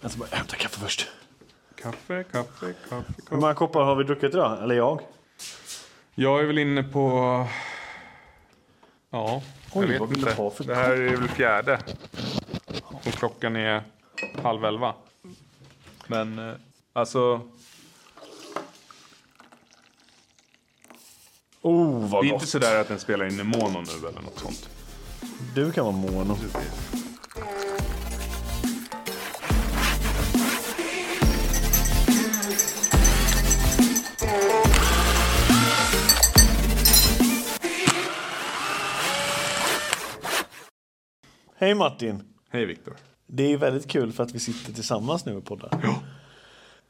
Jag ska Alltså, bara hämta kaffe först. Kaffe, kaffe, kaffe, Hur kaffe. många koppar har vi druckit idag? Eller jag? Jag är väl inne på... Ja, Oj, jag vet vad vill inte. du ha för det här är väl fjärde. Och klockan är halv elva. Men eh, alltså, Oh, vad det är gott. inte sådär att den spelar in i mono nu eller något sånt. Du kan vara mono. Hej Martin! Hej Viktor. Det är väldigt kul för att vi sitter tillsammans nu och poddar.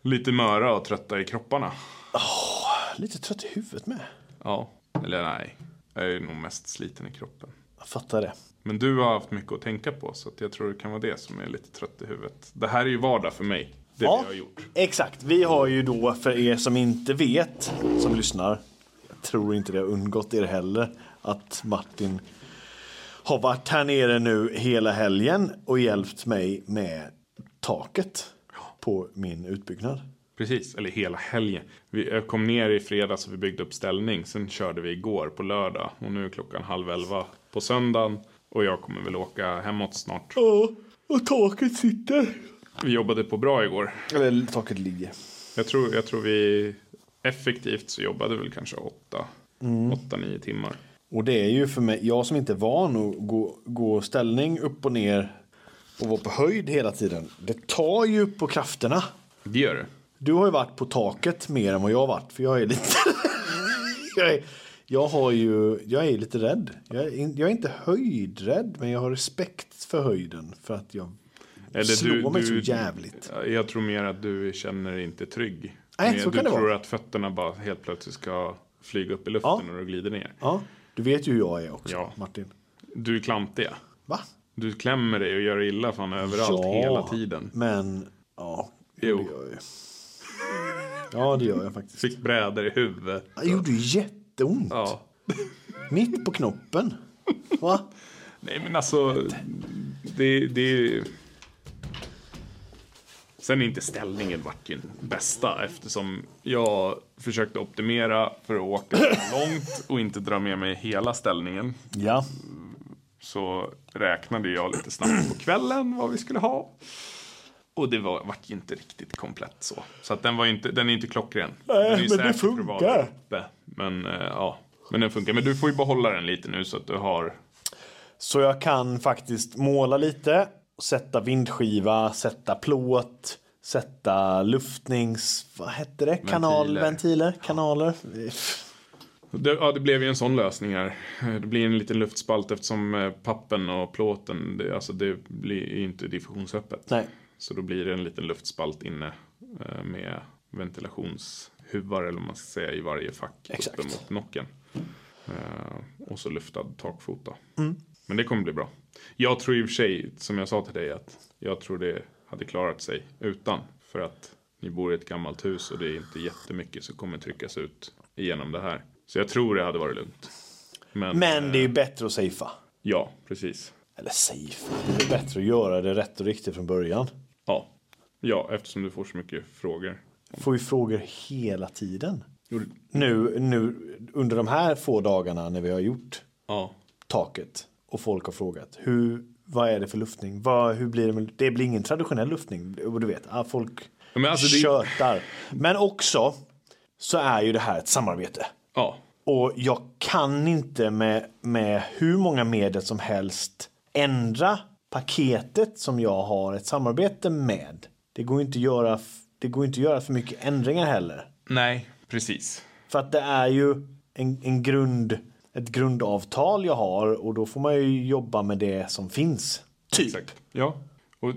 Lite möra och trötta i kropparna. Lite trött i huvudet med. Ja, eller nej. Jag är nog mest sliten i kroppen. Jag fattar det. Men du har haft mycket att tänka på så att jag tror det kan vara det som är lite trött i huvudet. Det här är ju vardag för mig. Det vi har gjort. Exakt. Vi har ju då, för er som inte vet, som lyssnar, jag tror inte det har undgått er heller, att Martin har varit här nere nu hela helgen och hjälpt mig med taket på min utbyggnad. Precis, eller hela helgen. Vi jag kom ner i fredags och vi byggde upp ställning. Sen körde vi igår på lördag och nu är klockan halv elva på söndagen. Och jag kommer väl åka hemåt snart. Ja, och taket sitter. Vi jobbade på bra igår. Eller taket ligger. Jag tror, jag tror vi effektivt så jobbade väl kanske åtta, Mm. åtta, nio timmar. Och det är ju för mig, jag som inte är van att gå, gå ställning upp och ner och vara på höjd hela tiden. Det tar ju på krafterna. Det gör det. Du har ju varit på taket mer än vad jag har varit. För jag är lite... jag, är, jag, har ju, jag är lite rädd. Jag är, in, jag är inte höjdrädd, men jag har respekt för höjden. För att jag slår mig så jävligt. Jag tror mer att du känner dig inte trygg. Nej, Mer- så du kan det tror vara. att fötterna bara helt plötsligt ska flyga upp i luften Ja. och du glider ner. Ja, du vet ju hur jag är också, Ja. Martin. Du är klantiga. Va? Du klämmer dig och gör dig illa fan överallt Ja, hela tiden. Men, ja. Jo. Det gör jag ju. Ja, det gör jag faktiskt. Fick brädor i huvudet. Det gjorde ju jätteont. Ja. Mitt på knoppen. Va? Nej men alltså. Det, det... Sen är inte ställningen vart den bästa eftersom jag försökte optimera för att åka så långt och inte dra med mig hela ställningen. Ja. så räknade jag lite snabbt på kvällen vad vi skulle ha. Och det var, vart ju inte riktigt komplett så. Så att den, var ju inte, den är inte klockren. den är ju men säker det för att vara funkar. där uppe. Men eh, ja, men den funkar. Men du får ju behålla den lite nu så att du har... Så jag kan faktiskt måla lite, sätta vindskiva, sätta plåt, sätta luftnings... Vad hette det? Kanal, Ventiler. ventiler, kanaler. Det, ja, det blev ju en sån lösning här. Eh, Det blir en liten luftspalt eftersom eh, pappen och plåten, det, alltså det blir ju inte diffusionsöppet. Nej. Så då blir det en liten luftspalt inne eh, med ventilationshuvar eller vad man ska säga i varje fack Exakt. uppemot nocken. Eh, Och så luftad takfota. Mm. Men det kommer bli bra. Jag tror i och för sig, som jag sa till dig, att jag tror det hade klarat sig utan. För att ni bor i ett gammalt hus och det är inte jättemycket som kommer tryckas ut igenom det här. Så jag tror det hade varit lugnt. Men, Men eh, det är ju bättre att safea. ja, precis. Eller safe. Det är bättre att göra det rätt och riktigt från början. Ja. ja, eftersom du får så mycket frågor. Får ju frågor hela tiden. Nu, nu under de här få dagarna när vi har gjort Ja. taket och folk har frågat hur, vad är det för luftning? Vad, hur blir det, med, det blir ingen traditionell luftning. Och du vet, ah, folk Ja, men alltså det- tjötar. Men också så är ju det här ett samarbete. Ja, Och jag kan inte med, med hur många medel som helst ändra paketet som jag har ett samarbete med. Det går ju inte att göra, f- det går ju inte att göra för mycket ändringar heller. Nej, precis. För att det är ju en, en grund, ett grundavtal jag har och då får man ju jobba med det som finns. Typ. Exakt. Ja. Och,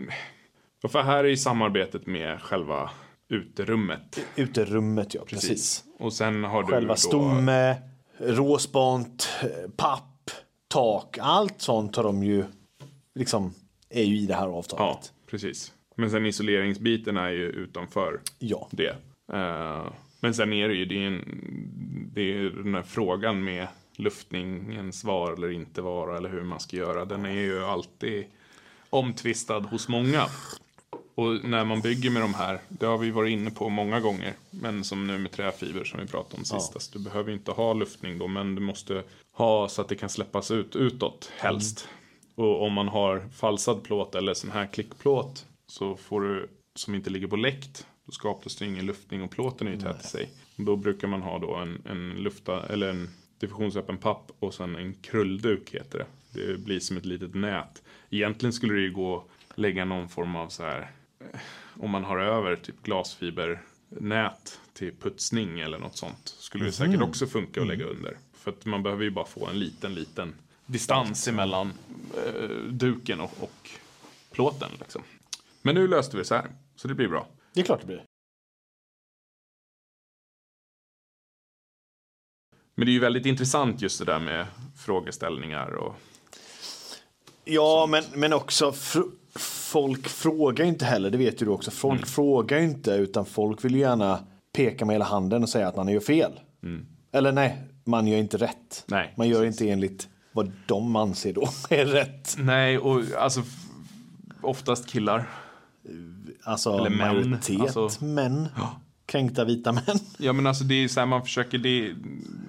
och för här är ju samarbetet med själva uterummet. Uterummet, ja. Precis. Och sen har du Själva då... stomme, råspant, papp, tak. Allt sånt har de ju liksom är ju i det här Ja, avtalet. precis. Men sen isoleringsbiten är ju utanför Ja. det. Eh, men sen är det ju, det är, ju en, det är ju den här frågan med luftningens vara eller inte vara eller hur man ska göra. Den är ju alltid omtvistad hos många. Och när man bygger med de här, det har vi varit inne på många gånger, men som nu med träfiber som vi pratade om sist. Ja. Alltså, du behöver inte ha luftning då, men du måste ha så att det kan släppas ut utåt helst. Och om man har falsad plåt eller sån här klickplåt så får du, som inte ligger på läkt, då skapas det ingen luftning och plåten är ju tät i sig. Då brukar man ha då en, en lufta, eller en diffusionsöppen papp och sen en krullduk heter det. Det blir som ett litet nät. Egentligen skulle det ju gå att lägga någon form av så här om man har över typ glasfibernät till putsning eller något sånt skulle det säkert också funka att lägga under. För att man behöver ju bara få en liten, liten distans emellan eh, duken och, och plåten liksom. Men nu löste vi det så här, så det blir bra. Det är klart det blir. Men det är ju väldigt intressant just det där med frågeställningar och Ja, men, men också fr- folk frågar ju inte heller, det vet ju du också. Folk Mm. frågar ju inte, utan folk vill ju gärna peka med hela handen och säga att man gör fel. Eller nej, man gör inte rätt. Mm. Nej, man gör inte enligt vad de anser då är rätt. Nej, och alltså f- oftast killar. Alltså Eller män, majoritet alltså- män. Kränkta vita män. Ja men alltså det är så här, man försöker, det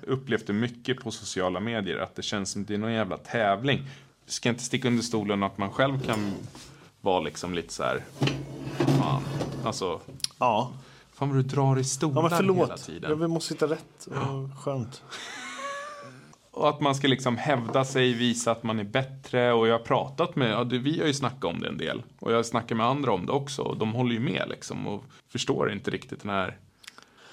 upplevt det mycket på sociala medier att det känns som det är någon jävla tävling. Du ska inte sticka under stolen att man själv kan vara liksom lite så här, fan, alltså, Ja, fan vad du drar i stolar ja men hela förlåt. tiden. Ja, vi måste sitta rätt. Ja. Skönt. Och att man ska liksom hävda sig, visa att man är bättre. Och jag har pratat med, ja, det, vi har ju snackat om det en del. Och jag snackar med andra om det också. Och de håller ju med liksom och förstår inte riktigt den här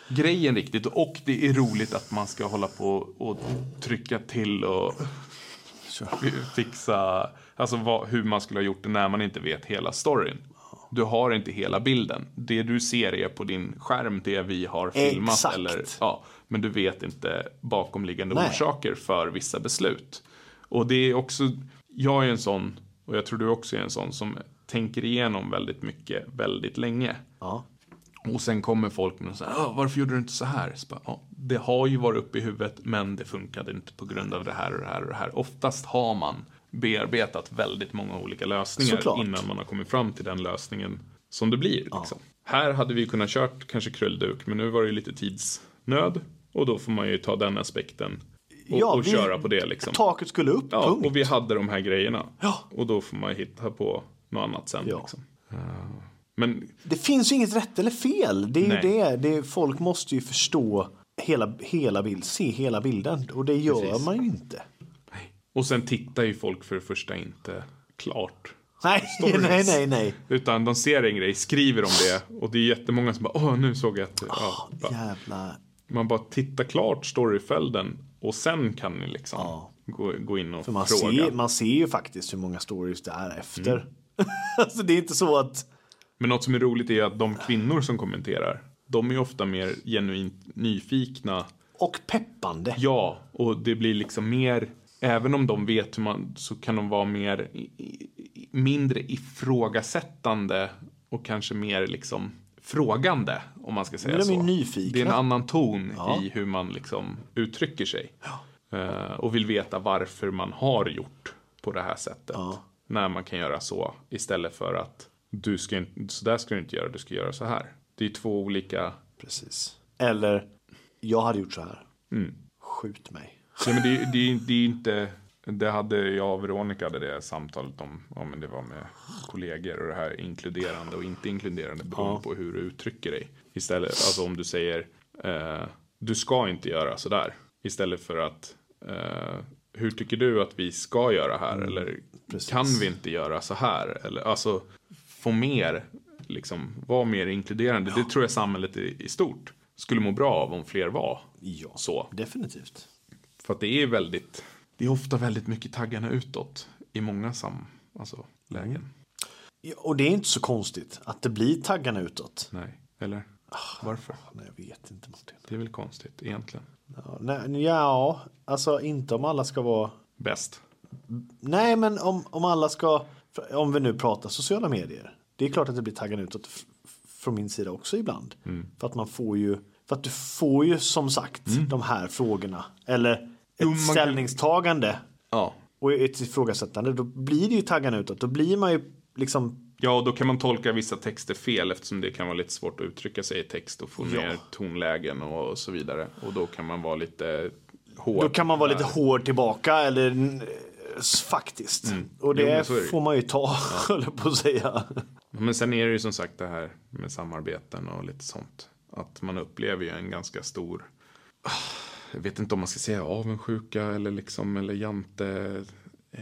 grejen riktigt. Och det är roligt att man ska hålla på och trycka till och fixa, alltså vad, hur man skulle ha gjort det när man inte vet hela storyn. Du har inte hela bilden. Det du ser är på din skärm det vi har filmat. Exakt. Eller, ja, men du vet inte bakomliggande Nej. orsaker för vissa beslut. Och det är också, jag är en sån, och jag tror du också är en sån, som tänker igenom väldigt mycket, väldigt länge. Ja. Och sen kommer folk med så här, "Ah, varför gjorde du inte så här? Så bara, "Ja, det har ju varit uppe i huvudet, men det funkade inte på grund av det här och det här och det här. Oftast har man bearbetat väldigt många olika lösningar Såklart. innan man har kommit fram till den lösningen som det blir. Liksom. Här hade vi kunnat kört kanske krullduk, men nu var det ju lite tidsnöd och då får man ju ta den aspekten och, Ja, och vi- köra på det liksom. Taket skulle upp, Ja, punkt. och vi hade de här grejerna. Ja. Och då får man hitta på något annat sen. Ja. Liksom. Men Det finns ju inget rätt eller fel. Det är ju Nej. det. det är, folk måste ju förstå hela, hela bild, se hela bilden. Och det gör Precis. man ju inte. Och sen tittar ju folk för det första inte klart. Nej, Stories. nej, nej, nej. Utan de ser en grej, skriver om det och det är jättemånga som bara åh nu såg jag att... Ah, Ja, bara, Jävla... Man bara tittar klart storyföljden och sen kan ni liksom gå, gå in och För man, fråga. ser, man ser ju faktiskt hur många stories det är efter. Mm. alltså det är inte så att... Men något som är roligt är ju att de kvinnor som kommenterar, de är ju ofta mer genuint nyfikna Och peppande. Ja, och det blir liksom mer, även om de vet hur man, så kan de vara mer, i- i- mindre ifrågasättande och kanske mer liksom frågande, om man ska säga Men de är så. nyfikna. Det är en annan ton Ja. i hur man liksom uttrycker sig. Eh, och vill veta varför man har gjort på det här sättet. När man kan göra så istället för att du ska inte, så där ska du inte göra, du ska göra så här. Det är två olika Precis. Eller, jag hade gjort så här. Mm. Skjut mig. Ja, men det, det, det är inte... Det hade jag och Veronica hade det samtalet om, ja, men det var med kollegor och det här inkluderande och inte inkluderande beroende på hur du uttrycker dig. Istället, alltså om du säger eh, du ska inte göra sådär. Istället för att eh, hur tycker du att vi ska göra här eller precis. kan vi inte göra så här? Eller, alltså få mer, liksom vara mer inkluderande. Det tror jag samhället i, i stort skulle må bra av om fler var Ja, så. definitivt. För att det är väldigt, det är ofta väldigt mycket taggarna utåt i många sam, alltså, lägen. Ja, Och det är inte så konstigt att det blir taggarna utåt. Nej, eller? Varför? Nej, jag vet inte Martin. Det är väl konstigt egentligen. Ja, nej, ja, alltså inte om alla ska vara... Bäst. Nej, men om, om alla ska... Om vi nu pratar sociala medier. Det är klart att det blir taggan utåt f- f- från min sida också ibland. Mm. För att man får ju... För att du får ju som sagt de här frågorna. Eller ett Mm. man kan- ställningstagande Ja. och ett ifrågasättande. Då blir det ju taggan utåt. Då blir man ju liksom Ja, och då kan man tolka vissa texter fel eftersom det kan vara lite svårt att uttrycka sig i text och få Ja. ner tonlägen och, och så vidare. Och då kan man vara lite hård. Då kan man vara lite hård tillbaka eller n- s- faktiskt. Och Mm. Jo, det, men så är det ju. får man ju ta, höll jag på att säga. Men sen är det ju som sagt det här med samarbeten och lite sånt. Att man upplever ju en ganska stor, Ah, jag vet inte om man ska säga avundsjuka eller liksom, eller jante.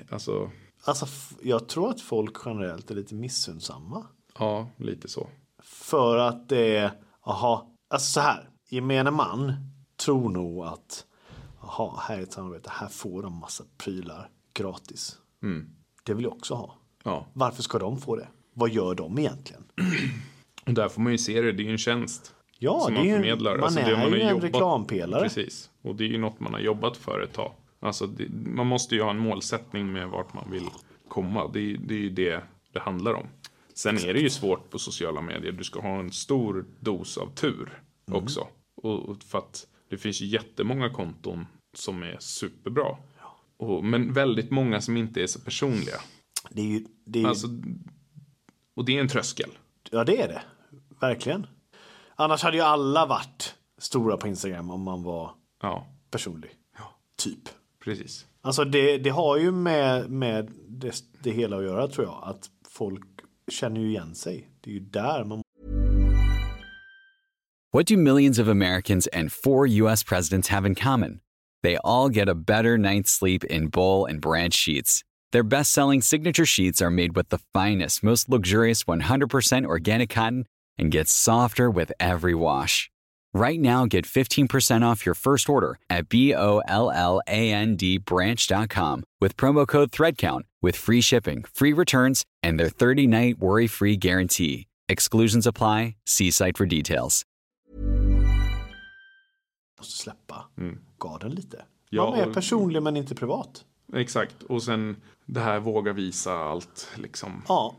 Alltså, Alltså, f- jag tror att folk generellt är lite missunnsamma. ja, lite så. För att det är, aha, alltså så här. Gemene man tror nog att, aha, här är ett samarbete, här får de massa prylar gratis. Det vill jag också ha. Ja, Varför ska de få det? Vad gör de egentligen? och där får man ju se det, det är ju en tjänst. Ja, som det är man ju- förmedlar. man alltså är det man har ju en jobbat, reklampelare. Precis, och det är ju något man har jobbat för ett tag. Alltså det, man måste ju ha en målsättning med vart man vill komma. Det, är- det är ju det det handlar om. Sen är det ju svårt på sociala medier. Du ska ha en stor dos av tur Mm. också. Och, och för att det finns ju jättemånga konton som är superbra. Och, men väldigt många som inte är så personliga. Det är ju, det är ju Alltså, och det är en tröskel. Ja, det är det. Verkligen. Annars hade ju alla varit stora på Instagram om man var Ja, personlig. Typ. precis. Alltså det, det har ju med, med det, det hela att göra tror jag. Att folk känner ju igen sig. Det är ju där man What do millions of Americans and four U.S. presidents have in common? They all get a better night's sleep in Bowl and Branch sheets. Their best selling signature sheets are made with the finest, most luxurious 100% organic cotton and get softer with every wash. Right now, get 15% off your first order at B O L L A N D branch.com with promo code ThreadCount with free shipping, free returns, and their 30 night worry free guarantee. Exclusions apply. See site for details. måste släppa garden lite. Mm. Ja, man är och- personlig men inte privat. Exakt, och sen det här våga visa allt liksom. Ja,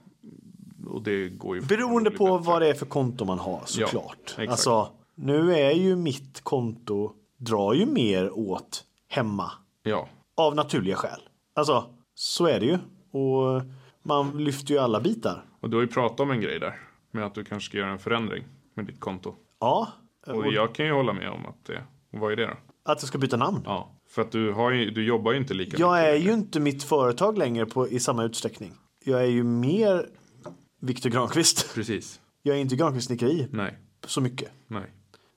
Och det går ju beroende bli på bättre. vad det är för konto man har såklart. exakt. alltså, nu är ju mitt konto drar ju mer åt hemma Ja, Av naturliga skäl. Alltså, så är det ju. Och man lyfter ju alla bitar. och du har ju pratat om en grej där. Med att du kanske ska göra en förändring med ditt konto. Ja, Och jag kan ju hålla med om att det, och vad är det då? att jag ska byta namn. Ja, för att du, har ju, du jobbar ju inte lika Jag mycket. är ju inte mitt företag längre på, i samma utsträckning. Jag är ju mer Viktor Granqvist. Precis, Jag är inte Granqvist Snickeri nej, så mycket. nej.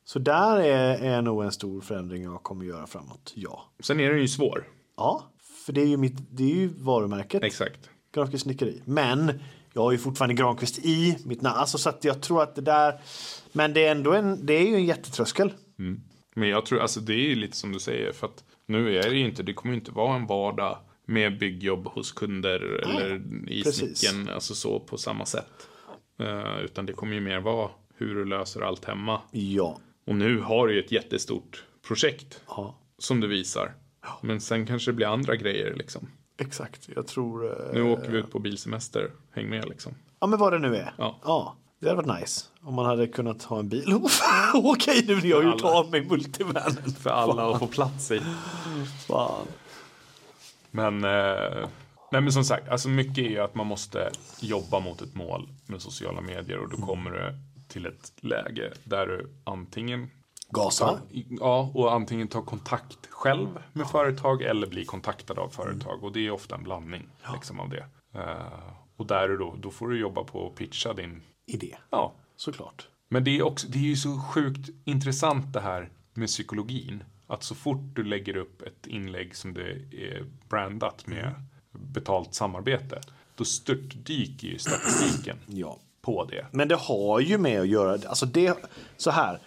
Så där är, är nog en stor förändring jag kommer göra framåt, ja. Sen är den ju svår. Ja, för det är ju, mitt, det är ju varumärket. Exakt. Granqvist Snickeri. Men jag har ju fortfarande Granqvist i mitt namn. Alltså, så att jag tror att det där... Men det är, ändå en, det är ju en jättetröskel. Men jag tror, alltså det är ju lite som du säger. För att nu är det ju inte, det kommer ju inte vara en vardag med byggjobb hos kunder eller i precis. snicken, alltså så på samma sätt. Eh, utan det kommer ju mer vara hur du löser allt hemma. Ja. Och nu har du ju ett jättestort projekt ja. som du visar. Men sen kanske det blir andra grejer liksom. Exakt. Jag tror... eh, Nu åker vi ut på bilsemester, häng med liksom. Ja, men vad det nu är. Ja. Det hade varit nice. Om man hade kunnat ha en bil. Okej, nu vill jag ju alla. ta av mig multivanen. För alla att få plats i. Fan. Men, eh, nej men som sagt, alltså mycket är ju att man måste jobba mot ett mål med sociala medier och då kommer du till ett läge där du antingen Gasa. Ja, och antingen ta kontakt själv med företag eller bli kontaktad av företag. Och det är ofta en blandning liksom, av det. Eh, och där är då, då får du jobba på att pitcha din... Idé. Ja. Såklart. Men det är, också, det är ju så sjukt intressant det här med psykologin. Att så fort du lägger upp ett inlägg som det är brandat med betalt samarbete, då störtdyker ju statistiken Ja. på det. Men det har ju med att göra, alltså det, så här.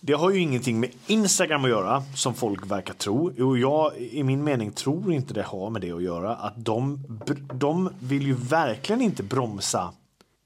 Det har ju ingenting med Instagram att göra som folk verkar tro. Och jag i min mening tror inte det har med det att göra. Att de, br- de vill ju verkligen inte bromsa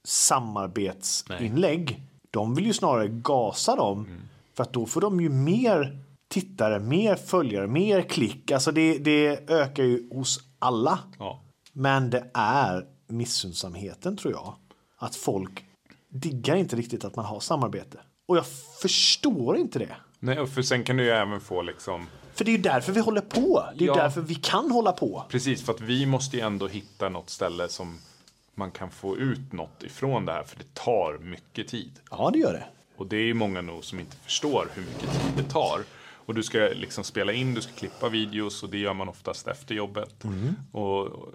samarbetsinlägg. De vill ju snarare gasa dem. För att då får de ju mer tittare, mer följare, mer klick. Alltså det, det ökar ju hos alla. Ja. Men det är missunnsamheten tror jag. Att folk diggar inte riktigt att man har samarbete. Och jag förstår inte det. Nej, och för sen kan du ju även få liksom För det är ju därför vi håller på. Det är ju Ja. därför vi kan hålla på. Precis, för att vi måste ju ändå hitta något ställe som man kan få ut något ifrån det här för det tar mycket tid. Ja, det gör det. Och det är många nog som inte förstår hur mycket tid det tar. Och du ska liksom spela in, du ska klippa videos och det gör man oftast efter jobbet. Mm. Och och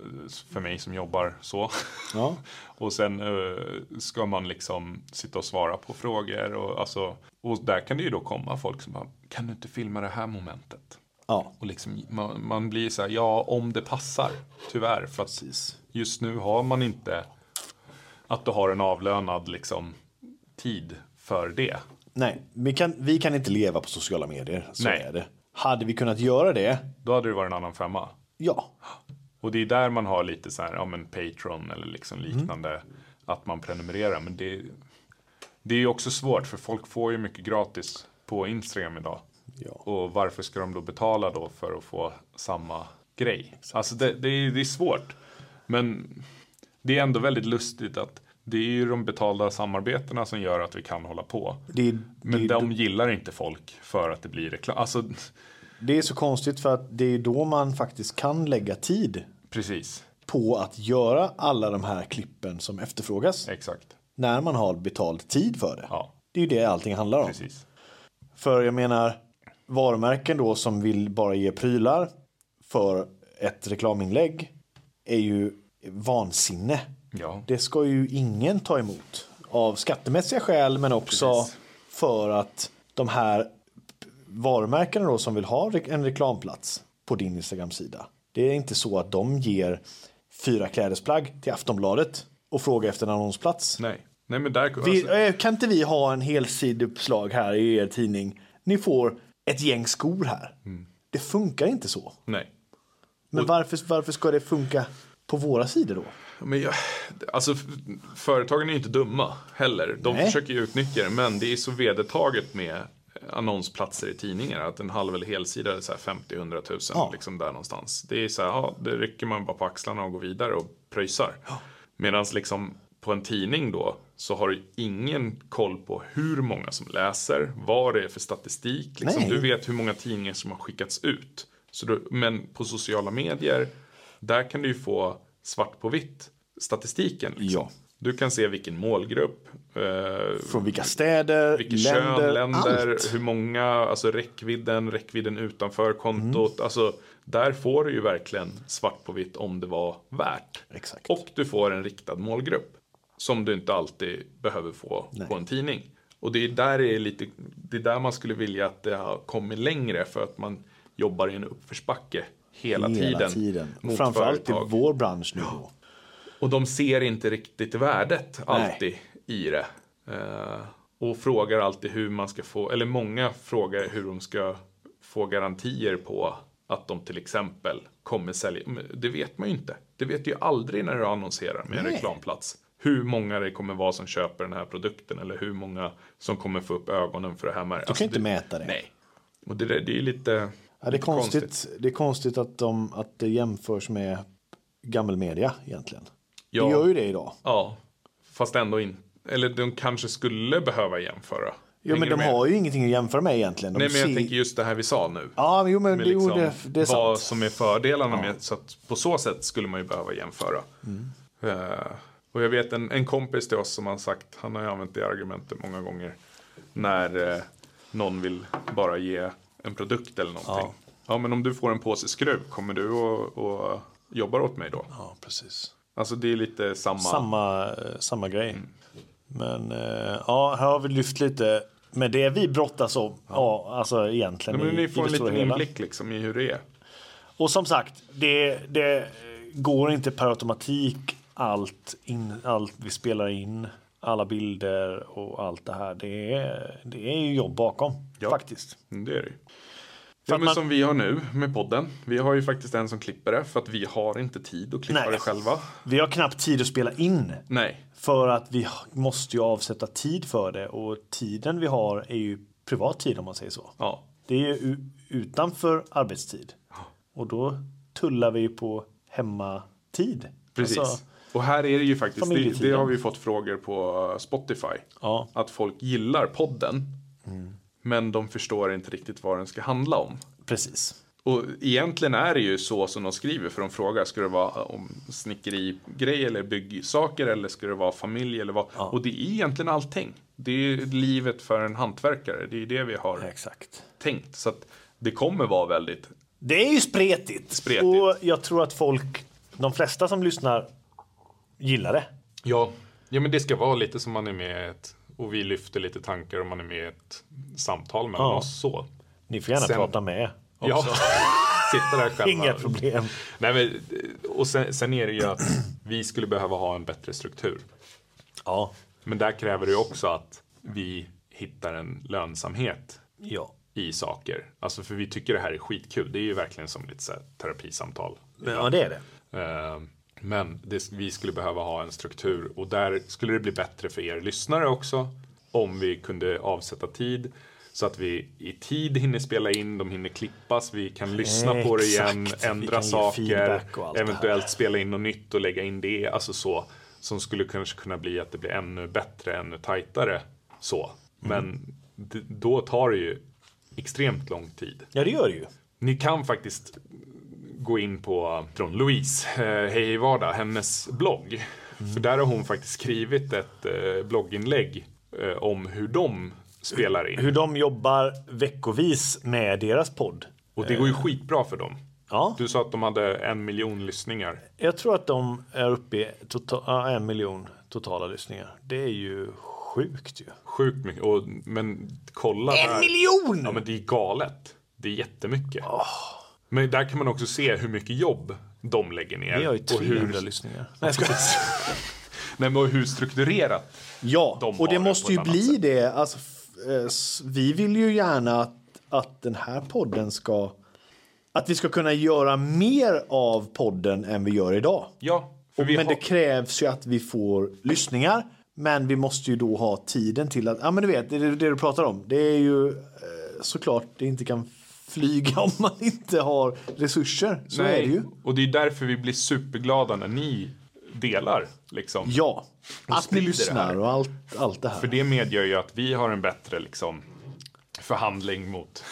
för mig som jobbar så. Ja. och sen eh, ska man liksom sitta och svara på frågor och alltså. Och där kan det ju då komma folk som bara, kan du inte filma det här momentet? Ja. Och liksom, man, man blir så här, ja om det passar. Tyvärr, för att just nu har man inte att du har en avlönad liksom, tid för det. Nej, vi kan, vi kan inte leva på sociala medier. Så Nej. är det. Hade vi kunnat göra det? Då hade det varit en annan femma. Ja. Och det är där man har lite så här, ja men Patreon eller liksom Mm. liknande. Att man prenumererar. Men det, det är ju också svårt för folk får ju mycket gratis på Instagram idag. Ja. Och varför ska de då betala då för att få samma grej? Alltså det, det, är, det är svårt. Men det är ändå väldigt lustigt att det är ju de betalda samarbetena som gör att vi kan hålla på. Det är, Men det, är, de gillar inte folk för att det blir reklam. Alltså, det är så konstigt för att det är då man faktiskt kan lägga tid precis. på att göra alla de här klippen som efterfrågas. Exakt. När man har betald tid för det. Ja. Det är ju det allting handlar om. Precis. För jag menar varumärken då som vill bara ge prylar för ett reklaminlägg är ju vansinne. Ja. Det ska ju ingen ta emot av skattemässiga skäl men också Precis. för att de här varumärkena då som vill ha re- en reklamplats på din Instagram-sida. Det är inte så att de ger fyra klädesplagg till Aftonbladet och frågar efter en annonsplats. Nej. Nej men där. Vi, alltså, eh, Kan inte vi ha en helsiduppslag här i er tidning? Ni får ett gäng skor här. Mm. Det funkar inte så. nej. Men varför, varför ska det funka på våra sidor då? Men jag, alltså f- företagen är ju inte dumma heller. De Nej. försöker ju utnyttja det. Men det är så vedertaget med annonsplatser i tidningar. Att en halv eller helsida är så här 50-100 000 Ja. liksom där någonstans. Det är så här, ja, det rycker man bara på axlarna och går vidare och pröjsar. Medan liksom på en tidning då så har du ingen koll på hur många som läser, vad det är för statistik. Liksom, Nej. du vet hur många tidningar som har skickats ut. Så du, men på sociala medier, där kan du ju få svart på vitt statistiken. Liksom. Ja. Du kan se vilken målgrupp, eh, Från vilka städer, vilket länder, kön, länder, allt. hur många, alltså räckvidden, räckvidden utanför kontot. Mm. Alltså, där får du ju verkligen svart på vitt om det var värt. Exakt. Och du får en riktad målgrupp. Som du inte alltid behöver få Nej. på en tidning. Och det är, där det, är lite, det är där man skulle vilja att det har kommit längre. För att man jobbar i en uppförsbacke hela, Hela tiden. tiden. mot Och framförallt i företag. vår bransch nu då. Och de ser inte riktigt värdet alltid i det. Eh, och frågar alltid hur man ska få, eller många frågar hur de ska få garantier på att de till exempel kommer sälja. Men det vet man ju inte. Det vet du ju aldrig när du annonserar med en Nej. reklamplats. Hur många det kommer vara som köper den här produkten eller hur många som kommer få upp ögonen för det här märket. Du kan ju inte mäta det. Nej. Och det, där- det är ju lite Ja, det, är konstigt, det är konstigt att, de, att det jämförs med gammelmedia egentligen. Ja. Det gör ju det idag. Ja, fast ändå inte. Eller de kanske skulle behöva jämföra. Jo, men Hänger de du med? har ju ingenting att jämföra med egentligen. De Nej, men jag ser- tänker just det här vi sa nu. Ja, men jo, men Med det, liksom jo, det, det är sant. vad som är fördelarna med så att på så sätt skulle man ju behöva jämföra. Mm. Eh, och jag vet en, en kompis till oss som har sagt, han har ju använt det argumentet många gånger. När eh, någon vill bara ge en produkt eller någonting. Ja. men om du får en påse skruv, kommer du och, och jobbar åt mig då? Ja, precis. Alltså det är lite samma. Samma, eh, samma grej. Mm. Men eh, ja, här har vi lyft lite med det vi brottas om. Ja. alltså egentligen. men i- i ni får det en stora liten hela. inblick liksom i hur det är. Och som sagt, det, det går inte per automatik allt, in, allt vi spelar in. Alla bilder och allt det här. Det är, det är ju jobb bakom Ja. faktiskt. Mm, Det är det ju. Ja, men man- Som vi har nu med podden. Vi har ju faktiskt en som klipper det för att vi har inte tid att klippa Nej. det själva. Vi har knappt tid att spela in. Nej, För att vi måste ju avsätta tid för det och tiden vi har är ju privat tid om man säger så. ja. Det är ju u- utanför arbetstid. Och då tullar vi ju på hemmatid. Precis. Alltså, och här är det ju faktiskt, det, det Familjetiden. har vi fått frågor på Spotify. Ja. Mm. Att folk gillar podden. Men de förstår inte riktigt vad den ska handla om. precis. Och egentligen är det ju så som de skriver, för de frågar ska det vara om snickerigrej eller byggsaker eller ska det vara familj eller vad. Och det är egentligen allting. Det är ju livet för en hantverkare, det är ju det vi har Exakt. tänkt. Så att det kommer vara väldigt, Det är ju spretigt. Spretigt. Och jag tror att folk, de flesta som lyssnar, gillar det. ja, ja men det ska vara lite som man är med i ett, och vi lyfter lite tankar och man är med i ett samtal mellan Ja. oss så. Ni får gärna Sen- prata med. Ja, sitta där själva. Inga problem. Nej, men, och sen, sen är det ju att vi skulle behöva ha en bättre struktur. Ja. Men där kräver det ju också att vi hittar en lönsamhet Ja. i saker. Alltså för vi tycker det här är skitkul. Det är ju verkligen som lite så här, terapisamtal. Ja, det är det. Eh, Men det, vi skulle behöva ha en struktur och där skulle det bli bättre för er lyssnare också om vi kunde avsätta tid så att vi i tid hinner spela in, de hinner klippas, vi kan lyssna på det igen, Exakt, vi kan ändra ge saker, feedback och allt det här. eventuellt spela in något nytt och lägga in det, alltså så som skulle kanske kunna bli att det blir ännu bättre, ännu tajtare så. Mm. Men d- då tar det ju extremt lång tid. Ja, det gör det ju. Ni kan faktiskt gå in på från Louise, eh, Hej i vardag, hennes blogg. Mm. För där har hon faktiskt skrivit ett eh, blogginlägg eh, om hur de spelar in. Hur de jobbar veckovis med deras podd. Och det går ju skitbra för dem. Ja, Du sa att de hade en miljon lyssningar. jag tror att de är uppe i tota- ja, en miljon totala lyssningar. Det är ju sjukt ju. Sjukt mycket. Och, men kolla där. miljon! Ja men det är galet. Det är jättemycket. Men där kan man också se hur mycket jobb de lägger ner. Vi har ju och hur, 300 lyssningar. Nej, jag skojar. nej, men och hur strukturerat Ja, de har och det det på måste ju ett annat bli sätt. det. Alltså, f- eh, s- vi vill ju gärna att, att den här podden ska... Att vi ska kunna göra mer av podden än vi gör idag. Ja, för Och, vi men har... det krävs ju att vi får lyssningar. Men vi måste ju då ha tiden till att... Ja, men du vet, det, är det du pratar om. Det är ju eh, såklart det inte kan flyga om man inte har resurser. Så är det ju. Och det är därför vi blir superglada när ni delar. Liksom. Ja, att ni sprider det här. lyssnar och allt, allt det här. För det medgör ju att vi har en bättre liksom, förhandling mot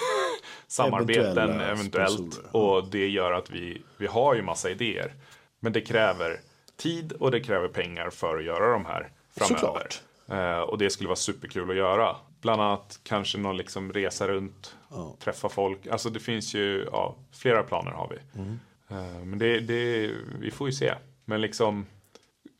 samarbeten Eventuella eventuellt. sponsorer. Och det gör att vi, vi har ju massa idéer. Men det kräver tid och det kräver pengar för att göra de här framöver. Såklart. Eh, och det skulle vara superkul att göra. Bland annat kanske någon liksom resa runt, träffa folk. Alltså det finns ju ja, flera planer har vi. Mm. Eh, men det, det, vi får ju se. Men liksom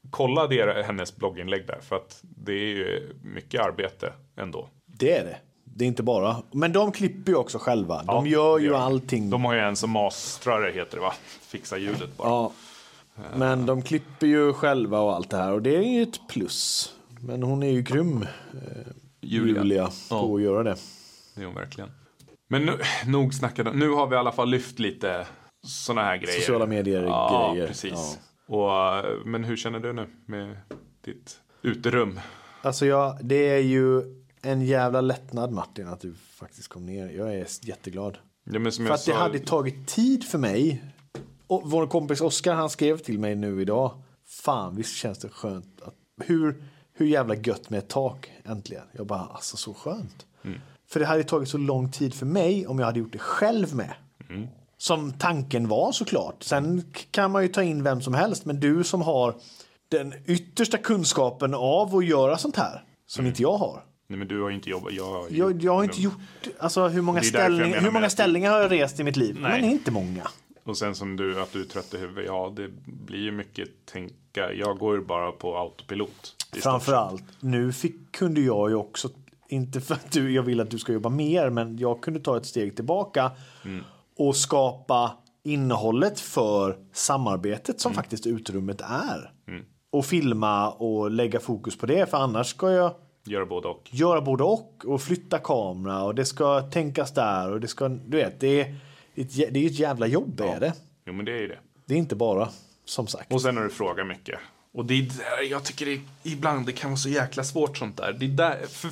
kolla der, hennes blogginlägg där för att det är ju mycket arbete ändå. Det är det. Det är inte bara. Men de klipper ju också själva. De gör ju allting. De har ju en som mastrare heter det va? Fixa ljudet bara. Ja. Men de klipper ju själva och allt det här. Och det är ju ett plus. Men hon är ju grym, Julia, på att göra det. Det är hon verkligen. Men nu, nog snackade, nu har vi i alla fall lyft lite sådana här grejer. Sociala medier-grejer. ja, Precis. Och, eh, men hur känner du nu med ditt uterum? Alltså jag, det är ju en jävla lättnad Martin att du faktiskt kom ner. Jag är jätteglad. Ja, men som För jag att det sa- hade tagit tid för mig. Och vår kompis Oskar han skrev till mig nu idag. Fan visst känns det skönt. Att, hur, hur jävla gött med ett tak äntligen. Jag bara alltså så skönt. Mm. För det hade tagit så lång tid för mig om jag hade gjort det själv med. Mm. Som tanken var såklart. Sen k- kan man ju ta in vem som helst. Men du som har den yttersta kunskapen av att göra sånt här. Som Mm. inte jag har. Nej men du har ju inte jobbat. Jag, har ju Jag, jag har inte gjort... Alltså hur många, Det är därför jag ställningar, menar hur med många att- ställningar har jag rest i mitt liv? Nej. Men inte många. Och sen som du, att du är trött i huvudet. Ja, det blir ju mycket tänka. Jag går ju bara på autopilot. i stort sett. Framförallt, nu fick, kunde jag ju också, inte för att du, jag vill att du ska jobba mer, men jag kunde ta ett steg tillbaka Mm. och skapa innehållet för samarbetet Mm. som faktiskt utrymmet är. Och filma och lägga fokus på det, för annars ska jag Göra både och. göra både och och flytta kamera och det ska tänkas där och det ska, du vet, det är ett, jä- det är ett jävla jobb är det. Jo men det är ju det. Det är inte bara, som sagt. Och sen har du frågat mycket. Och det är där jag tycker det, ibland det kan vara så jäkla svårt sånt där. Det är där för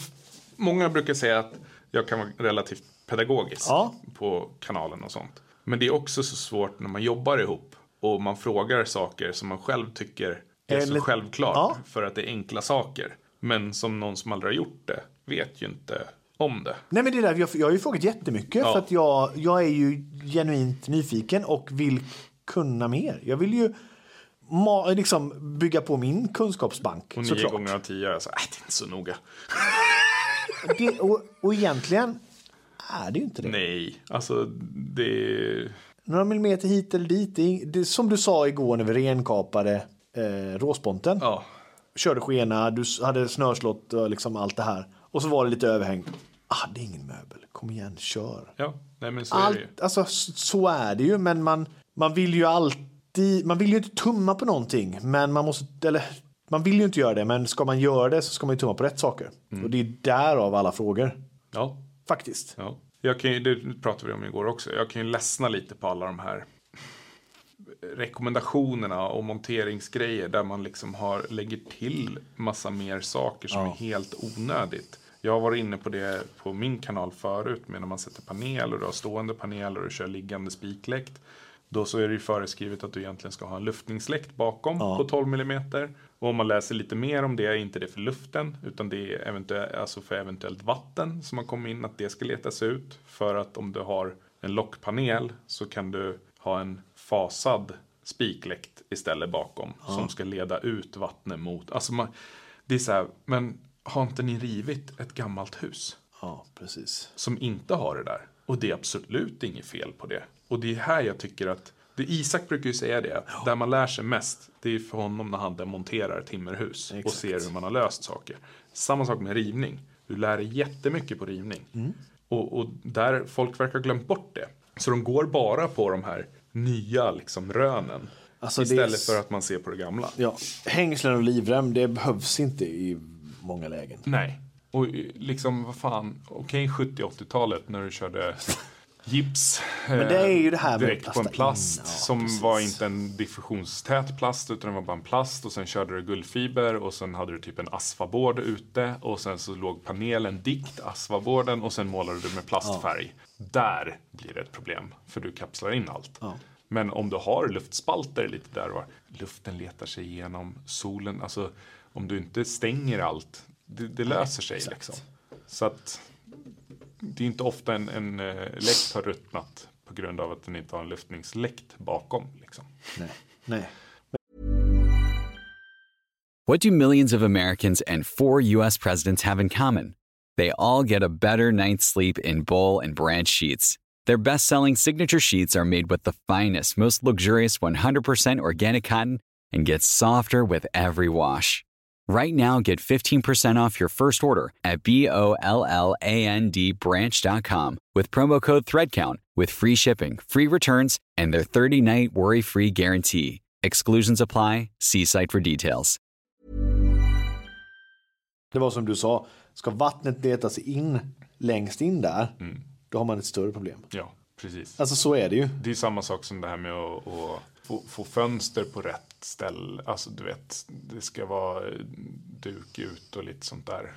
många brukar säga att jag kan vara relativt pedagogisk Ja. på kanalen och sånt. Men det är också så svårt när man jobbar ihop och man frågar saker som man själv tycker är så Eller- självklart Ja. för att det är enkla saker. Men som någon som aldrig har gjort det vet ju inte om det. Nej men det är där, jag, jag har ju frågat jättemycket Ja. för att jag, jag är ju genuint nyfiken och vill kunna mer. Jag vill ju ma- liksom bygga på min kunskapsbank Och nio såklart. gånger av tio är jag så här, "Äh, det är inte så noga. Det, och, och egentligen är det ju inte det. Nej, alltså det... Några millimeter hit eller dit. Det, är ing- det, som du sa igår när vi renkapade eh, råsponten. Ja. Körde skena, du s- hade snörslott och liksom allt det här. Och så var det lite överhäng. Ah, det är ingen möbel. Kom igen, kör. Ja, nej men så är det ju. Allt, alltså, s- så är det ju, men man, man vill ju alltid... Man vill ju inte tumma på någonting, men man måste... Eller, man vill ju inte göra det, men ska man göra det så ska man ju tumma på rätt saker. Och det är därav alla frågor, Ja, faktiskt. Mm. Ja. Jag kan ju, det pratade vi om igår också. Jag kan ju ledsna lite på alla de här rekommendationerna och monteringsgrejer där man liksom har, lägger till massa mer saker som är helt onödigt. Jag har varit inne på det på min kanal förut med när man sätter panel och du har stående panel och du kör liggande spikläkt. Då så är det ju föreskrivet att du egentligen ska ha en luftningsläkt bakom på 12 millimeter Och om man läser lite mer om det är inte det för luften utan det är eventuellt, alltså för eventuellt vatten som man kommer in att det ska letas ut. För att om du har en lockpanel så kan du ha en fasad spikläkt istället bakom som ska leda ut vattnet mot. Alltså man, det är så här, men har inte ni rivit ett gammalt hus? Ja, precis. som inte har det där. Och det är absolut inget fel på det. Och det är här jag tycker att, det Isak brukar ju säga det, att där man lär sig mest, det är för honom när han demonterar timmerhus och Exakt. ser hur man har löst saker. Samma sak med rivning, du lär dig jättemycket på rivning. Mm. Och, och där, folk verkar ha glömt bort det. Så de går bara på de här nya liksom rönen. Alltså, det är istället s- för att man ser på det gamla. Ja, hängslen och livrem, det behövs inte i många lägen. Nej. Och eh, liksom, vad fan, okej 70-80-talet när du körde gips. Men det är ju det här med Direkt att på en plasta plast in, ja, som var inte en diffusionstät plast utan det var bara en plast och sen körde du guldfiber och sen hade du typ en asfabord ute och sen så låg panelen dikt asfaborden och sen målade du med plastfärg. Där blir det ett problem för du kapslar in allt. Men om du har luftspalter lite där och var, luften letar sig igenom solen, alltså om du inte stänger allt, det, det löser sig liksom. Så att det är inte ofta en, en eh, läkt har ruttnat på grund av att den inte har en luftningsläkt bakom. Liksom. Nej. Nej. What do millions of Americans and four U.S. presidents have in common? They all get a better night's sleep in Bowl and Branch sheets. Their best selling signature sheets are made with the finest, most luxurious 100% organic cotton and get softer with every wash. Right now, get 15% off your first order at B O L L A N D branch.com with promo code ThreadCount with free shipping, free returns, and their 30 night worry free guarantee. Exclusions apply. See site for details. Det var som du sa, ska vattnet leta sig in längst in där, Mm. då har man ett större problem. Ja, precis. Alltså så är det ju. Det är samma sak som det här med att, att få, få fönster på rätt ställe. Alltså du vet, det ska vara eh, duk ut och lite sånt där.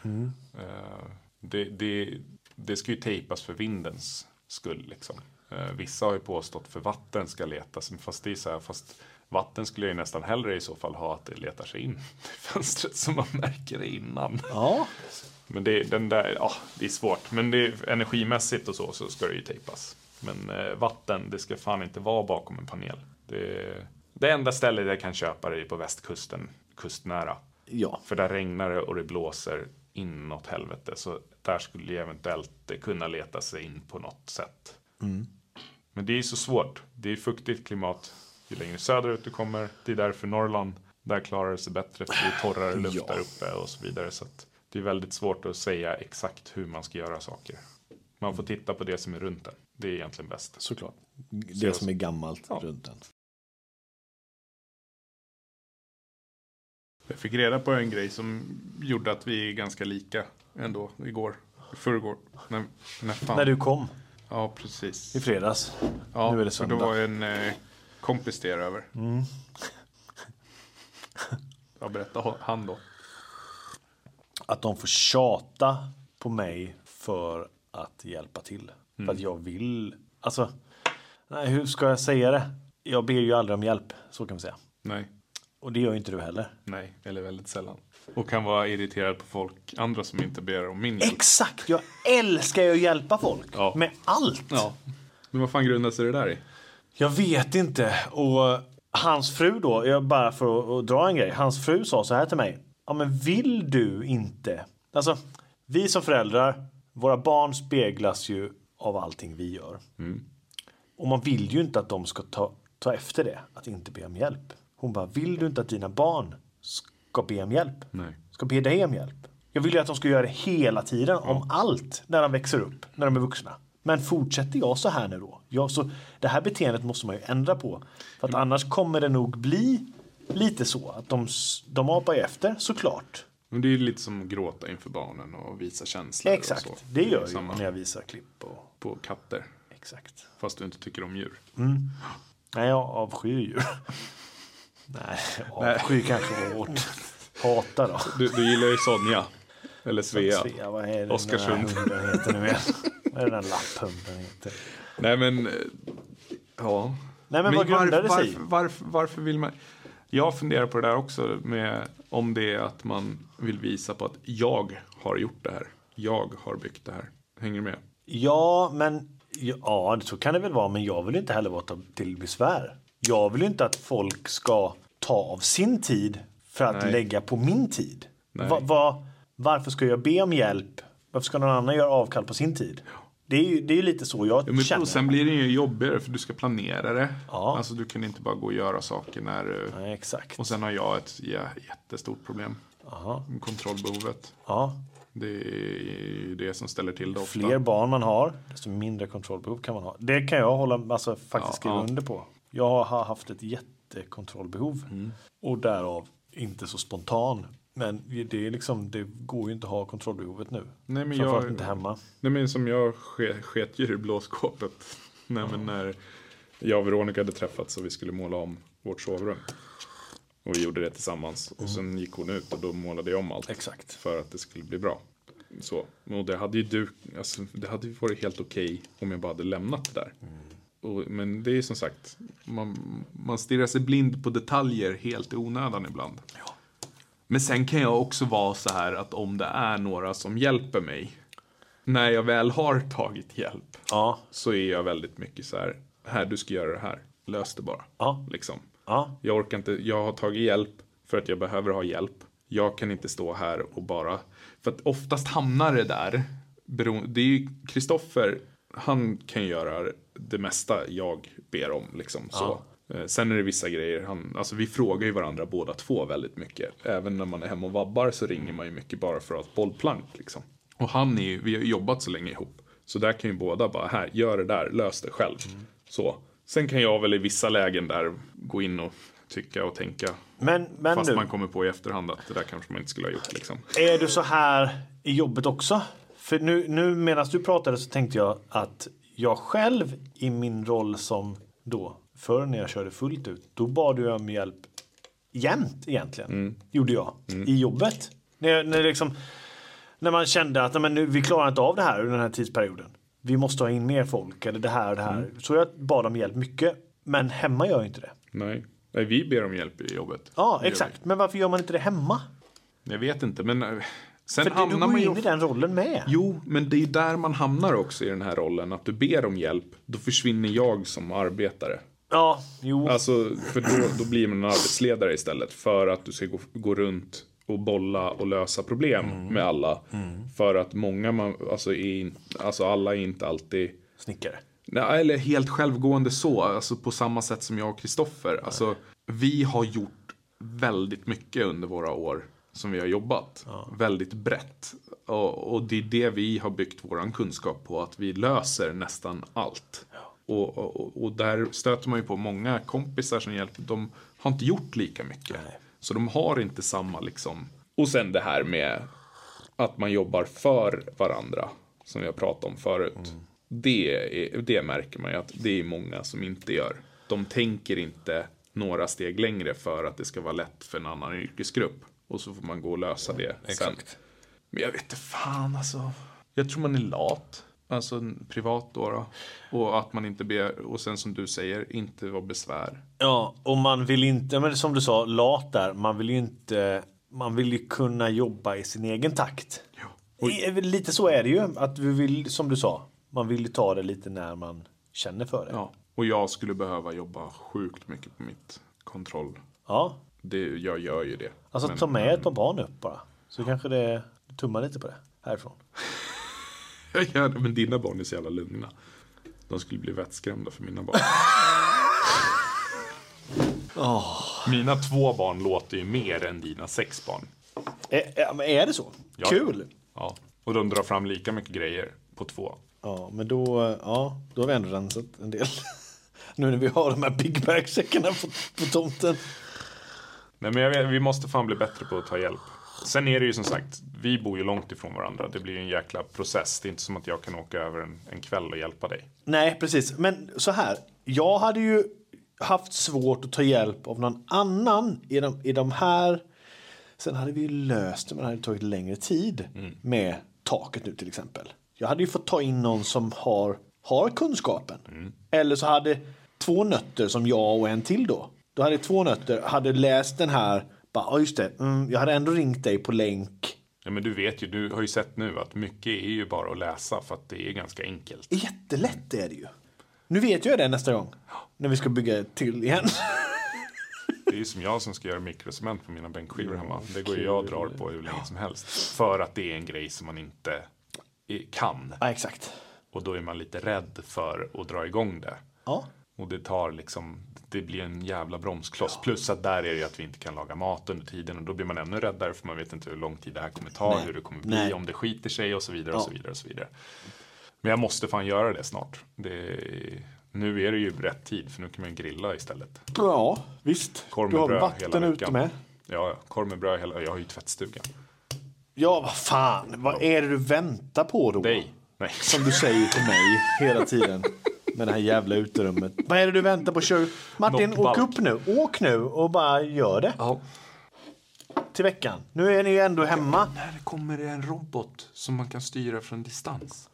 Eh, Det, det, det ska ju tejpas för vindens skull liksom. Eh, Vissa har ju påstått för vatten ska letas, men fast det är så här, fast vatten skulle jag ju nästan hellre i så fall ha att det letar sig in i fönstret som man märker det innan. Ja, Men det, den där, ja, det är svårt. Men det, energimässigt och så, så ska det ju tejpas. Men eh, vatten, det ska fan inte vara bakom en panel. Det, det enda stället jag kan köpa det är på västkusten, kustnära. ja. För där regnar det och det blåser inåt helvete. Så där skulle ju eventuellt det kunna leta sig in på något sätt. Mm. Men det är ju så svårt. Det är fuktigt klimat ju längre söderut du kommer. Det är därför Norrland, där klarar det sig bättre för det är torrare luft Ja. där uppe och så vidare. Så att det är väldigt svårt att säga exakt hur man ska göra saker. Man får titta på det som är runt en. Det är egentligen bäst. såklart. Det som är gammalt Ja. runt den. Jag fick reda på en grej som gjorde att vi är ganska lika ändå igår. I Förrgår. När, när, fan. När du kom Ja, precis. i fredags. Ja, nu är det för då söndag. Mm. var en eh, kompis till er över. Jag berättade han då. Att de får tjata på mig för att hjälpa till. För att jag vill. Alltså, nej, hur ska jag säga det? Jag ber ju aldrig om hjälp, så kan man säga. Nej, Och det gör ju inte du heller. nej, eller väldigt sällan. Och kan vara irriterad på folk, andra som inte ber om min hjälp. Exakt! Jag älskar ju att hjälpa folk. Ja. Med allt. Ja. Men vad fan grundar sig det där i? Jag vet inte. Och hans fru då, jag bara för att, att dra en grej. Hans fru sa så här till mig. Ja men vill du inte? Alltså, vi som föräldrar, våra barn speglas ju av allting vi gör. Och man vill ju inte att de ska ta, ta efter det, att inte be om hjälp. Hon bara, vill du inte att dina barn ska be om hjälp? Nej. Ska be dig om hjälp? Jag vill ju att de ska göra det hela tiden, om allt, när de växer upp, när de är vuxna. Men fortsätter jag så här nu då? Jag, så, det här beteendet måste man ju ändra på. För att annars kommer det nog bli lite så att de, s- de apar ju efter, såklart. Men det är ju lite som gråta inför barnen och visa känslor Exakt, och så. det gör jag Samma ju när jag visar klipp. Och, på katter. exakt. Fast du inte tycker om djur. Mm. Nej, jag avskyr djur. Nej, avskyr kanske var hårt. Hata då. Du, du gillar ju Sonja. Eller Svea. Svea, vad är det Oskarsund. den här hunden heter nu igen? Vad är den där lapphunden heter? Nej men, eh, ja. Nej, men vad grundar det sig i? varför, varför, varför vill man? Jag funderar på det där också med om det är att man vill visa på att jag har gjort det här. Jag har byggt det här. Hänger du med? Ja, men ja, så kan det väl vara. Men jag vill inte heller vara ta- till besvär. Jag vill ju inte att folk ska ta av sin tid för att Nej. lägga på min tid. Nej. Va, va, varför ska jag be om hjälp? Varför ska någon annan göra avkall på sin tid? Det är ju det är ju lite så jag Ja, Men, känner. och sen blir det ju jobbigare för du ska planera det. Ja. Alltså du kan inte bara gå och göra saker när du... Nej, exakt. Och sen har jag ett jä- jättestort problem. Aha. Kontrollbehovet. Ja. Det är ju det som ställer till det ofta. Fler barn man har, desto mindre kontrollbehov kan man ha. Det kan jag hålla, alltså, faktiskt Ja, skriva ja. under på. Jag har haft ett jättekontrollbehov Mm. och därav inte så spontan. Men det, är liksom, det går ju inte att ha kontrollbehovet nu. Nej, men Framförallt jag- inte hemma. Nej men som jag ske- sket ju i blåskåpet. Nej men när jag och Veronica hade träffats och vi skulle måla om vårt sovrum. Och vi gjorde det tillsammans. Och sen gick hon ut och då målade jag om allt. Exakt. För att det skulle bli bra. Så. Och det hade ju du, alltså, det hade ju varit helt okej om jag bara hade lämnat det där. Och, men det är som sagt, man, man stirrar sig blind på detaljer helt i onödan ibland. Men sen kan jag också vara så här att om det är några som hjälper mig. När jag väl har tagit hjälp Ja, så är jag väldigt mycket så här. Här, du ska göra det här. Lös det bara. Ja. Liksom. ja, Jag orkar inte, jag har tagit hjälp för att jag behöver ha hjälp. Jag kan inte stå här och bara, för att oftast hamnar det där, bero- det är ju Kristoffer, han kan göra det mesta jag ber om liksom så. Eh, Sen är det vissa grejer, han, alltså vi frågar ju varandra båda två väldigt mycket. Även när man är hemma och vabbar så ringer man ju mycket bara för att ha ett bollplank liksom. Och han är ju, vi har ju jobbat så länge ihop. Så där kan ju båda bara, här, gör det där, lös det själv. Så. Sen kan jag väl i vissa lägen där gå in och tycka och tänka. men, men Fast nu, man kommer på i efterhand att det där kanske man inte skulle ha gjort liksom. är du så här i jobbet också? För nu, nu medan du pratade så tänkte jag att jag själv i min roll som då, förr när jag körde fullt ut, då bad jag om hjälp jämt egentligen. Mm. Gjorde jag. I jobbet. När, jag- när, liksom, när man kände att "Nej, men nu, vi klarar inte av det här under den här tidsperioden. Vi måste ha in mer folk eller det här och det här. Mm. Så jag bad om hjälp mycket. Men hemma gör jag inte det. Nej. Nej, vi ber om hjälp i jobbet. Ja, Det gör exakt. Men varför gör man inte det hemma? vi. Jag vet inte, men eh, sen För det, du hamnar går man ju ju... in i den rollen med. Jo, men det är ju där man hamnar också i den här rollen. Att du ber om hjälp, då försvinner jag som arbetare. Ja, jo. Alltså, för då, då blir man en arbetsledare istället. För att du ska gå, gå runt och bolla och lösa problem med alla. För att många, man, alltså, är, in- alltså alla är inte alltid Snickare. Nej, eller helt självgående så, alltså på samma sätt som jag och Kristoffer. Alltså, vi har gjort väldigt mycket under våra år som vi har jobbat. Väldigt brett. Och, och det är det vi har byggt vår kunskap på, att vi löser nästan allt. Och, och, och där stöter man ju på många kompisar som hjälper, de har inte gjort lika mycket. Så de har inte samma liksom. Och sen det här med att man jobbar för varandra, som vi har pratat om förut. Det, är, det märker man ju att det är många som inte gör. De tänker inte några steg längre för att det ska vara lätt för en annan yrkesgrupp. Och så får man gå och lösa det sen. Men jag vet inte fan alltså. Jag tror man är lat. Alltså n- privat då, då. Och att man inte ber, och sen som du säger, inte vara besvär. Ja, och man vill inte, men som du sa, lat där. Man vill ju inte man vill ju kunna jobba i sin egen takt. Ja. I- eh, Lite så är det ju. Att vi vill, som du sa, man vill ju ta det lite när man känner för det. Ja. Och jag skulle behöva jobba sjukt mycket på mitt kontroll. Ja. Det, jag gör ju det. Alltså ta med ett par barn upp bara. Så kanske det tummar lite på det härifrån. Jag gör det, men dina barn är så jävla lugna. De skulle bli vettskrämda för mina barn. Mina två barn låter ju mer än dina sex barn. Är, är, Eh, men är det så? Ja. Kul! Ja. Och de drar fram lika mycket grejer på två. Ja, men då, ja, då har vi ändå rensat en del. nu när vi har de här Big Bag-säckarna på, på tomten. Nej, men jag vet, vi måste fan bli bättre på att ta hjälp. Sen är det ju som sagt, vi bor ju långt ifrån varandra. Det blir ju en jäkla process. Det är inte som att jag kan åka över en, en kväll och hjälpa dig. Nej, precis. Men så här. Jag hade ju haft svårt att ta hjälp av någon annan i de, i de här. Sen hade vi ju löst det, men det hade tagit längre tid med taket nu till exempel. Jag hade ju fått ta in någon som har, har kunskapen. Eller så hade två nötter som jag och en till då. Då hade två nötter hade läst den här. Bara, ja, just det, mm, jag hade ändå ringt dig på länk. Ja, men du vet ju, du har ju sett nu att mycket är ju bara att läsa för att det är ganska enkelt. Jättelätt är det ju. Nu vet jag det nästa gång. När vi ska bygga till igen. Det är ju som jag som ska göra mikrocement på mina bänkskivor hemma. Det går ju jag och drar på hur länge som helst. För att det är en grej som man inte eh, kan. ja, exakt. Och då är man lite rädd för att dra igång det. Ja. Och det tar liksom, det blir en jävla bromskloss. Plus att där är det ju att vi inte kan laga mat under tiden och då blir man ännu räddare för man vet inte hur lång tid det här kommer ta, Nej. hur det kommer bli, Nej. om det skiter sig och så vidare och Ja. så vidare och så vidare. Men jag måste fan göra det snart. Det, nu är det ju rätt tid för nu kan man grilla istället. Ja, visst. Korv du med har bröd vatten hela ute veckan. med. Ja, ja, korv med bröd hela, jag har ju tvättstugan. Ja, vad fan. Vad är det du väntar på då? Dig? Nej. Som du säger till mig hela tiden. Med det här jävla uterummet. Vad är det du väntar på? Kör. Martin, Knoppbalk. åk upp nu. Åk nu och bara gör det. Ja. Till veckan. Nu är ni ju ändå hemma. När kommer det en robot som man kan styra från distans?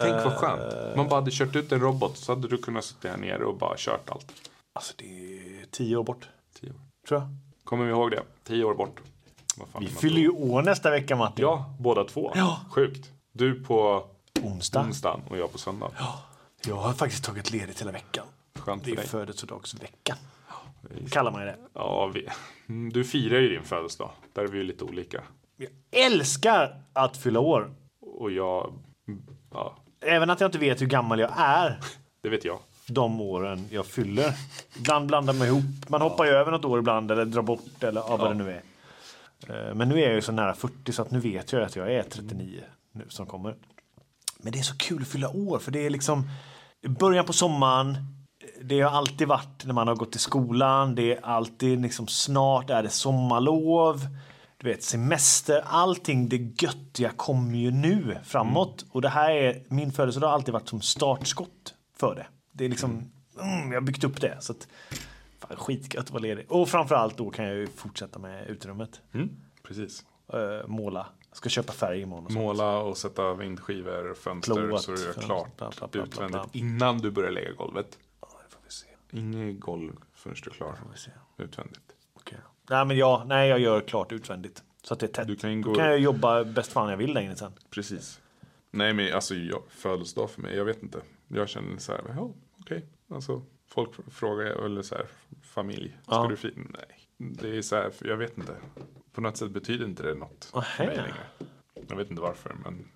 Tänk vad Eh. skönt. Man bara hade kört ut en robot så hade du kunnat sitta här nere och bara kört allt. Alltså, det är tio år bort. Tio år. Tror jag. Kommer vi ihåg det? Tio år bort. Vad fan Vi är man fyller då? ju år nästa vecka, Martin. Ja, båda två. Ja. Sjukt. Du på Onsdag. onsdagen och jag på söndagen. Jag har faktiskt tagit ledigt hela veckan. Skönt Det för är dig. födelsedagsvecka. Kallar man ju det. Ja, vi... Mm, Du firar ju din födelsedag. Där är vi ju lite olika. Jag älskar att fylla år. Och jag... mm, Ja, Även att jag inte vet hur gammal jag är. det vet jag. de åren jag fyller. Ibland blandar man ihop. Man hoppar ju över något år ibland eller drar bort eller ja, vad det nu är. Eh, Men nu är jag ju så nära 40 så att nu vet jag att jag är 39 nu som kommer. Men det är så kul att fylla år för det är liksom början på sommaren. Det har alltid varit när man har gått till skolan. Det är alltid liksom snart är det sommarlov. Du vet semester, allting det göttiga kommer ju nu framåt. Och det här är, min födelsedag har alltid varit som startskott för det. Det är liksom, mm, jag har byggt upp det. Så att, fan, skitgött att vara ledig. Och framförallt då kan jag ju fortsätta med utrymmet. Mm, precis. Eh, måla. Jag ska köpa färg imorgon. Och så. Måla och sätta vindskivor, fönster Plåt, så du gör fönster, klart bla, bla, bla, bla, bla. utvändigt innan du börjar lägga golvet. Ja, det får vi se. Inget golv förrän du är klar vi se. utvändigt. Okej. Nej, men jag, nej, jag gör klart utvändigt. Så att det är tätt. Du kan Då gå- kan jag jobba bäst fan jag vill där inne sen. Precis. Nej men alltså jag, födelsedag för mig, jag vet inte. Jag känner så här, ja okej. Alltså folk fr- frågar, eller så här, familj, ska Ja. du fira? Nej. Det är så här, för jag vet inte. På något sätt betyder inte det något för mig Aha. längre. Jag vet inte varför men.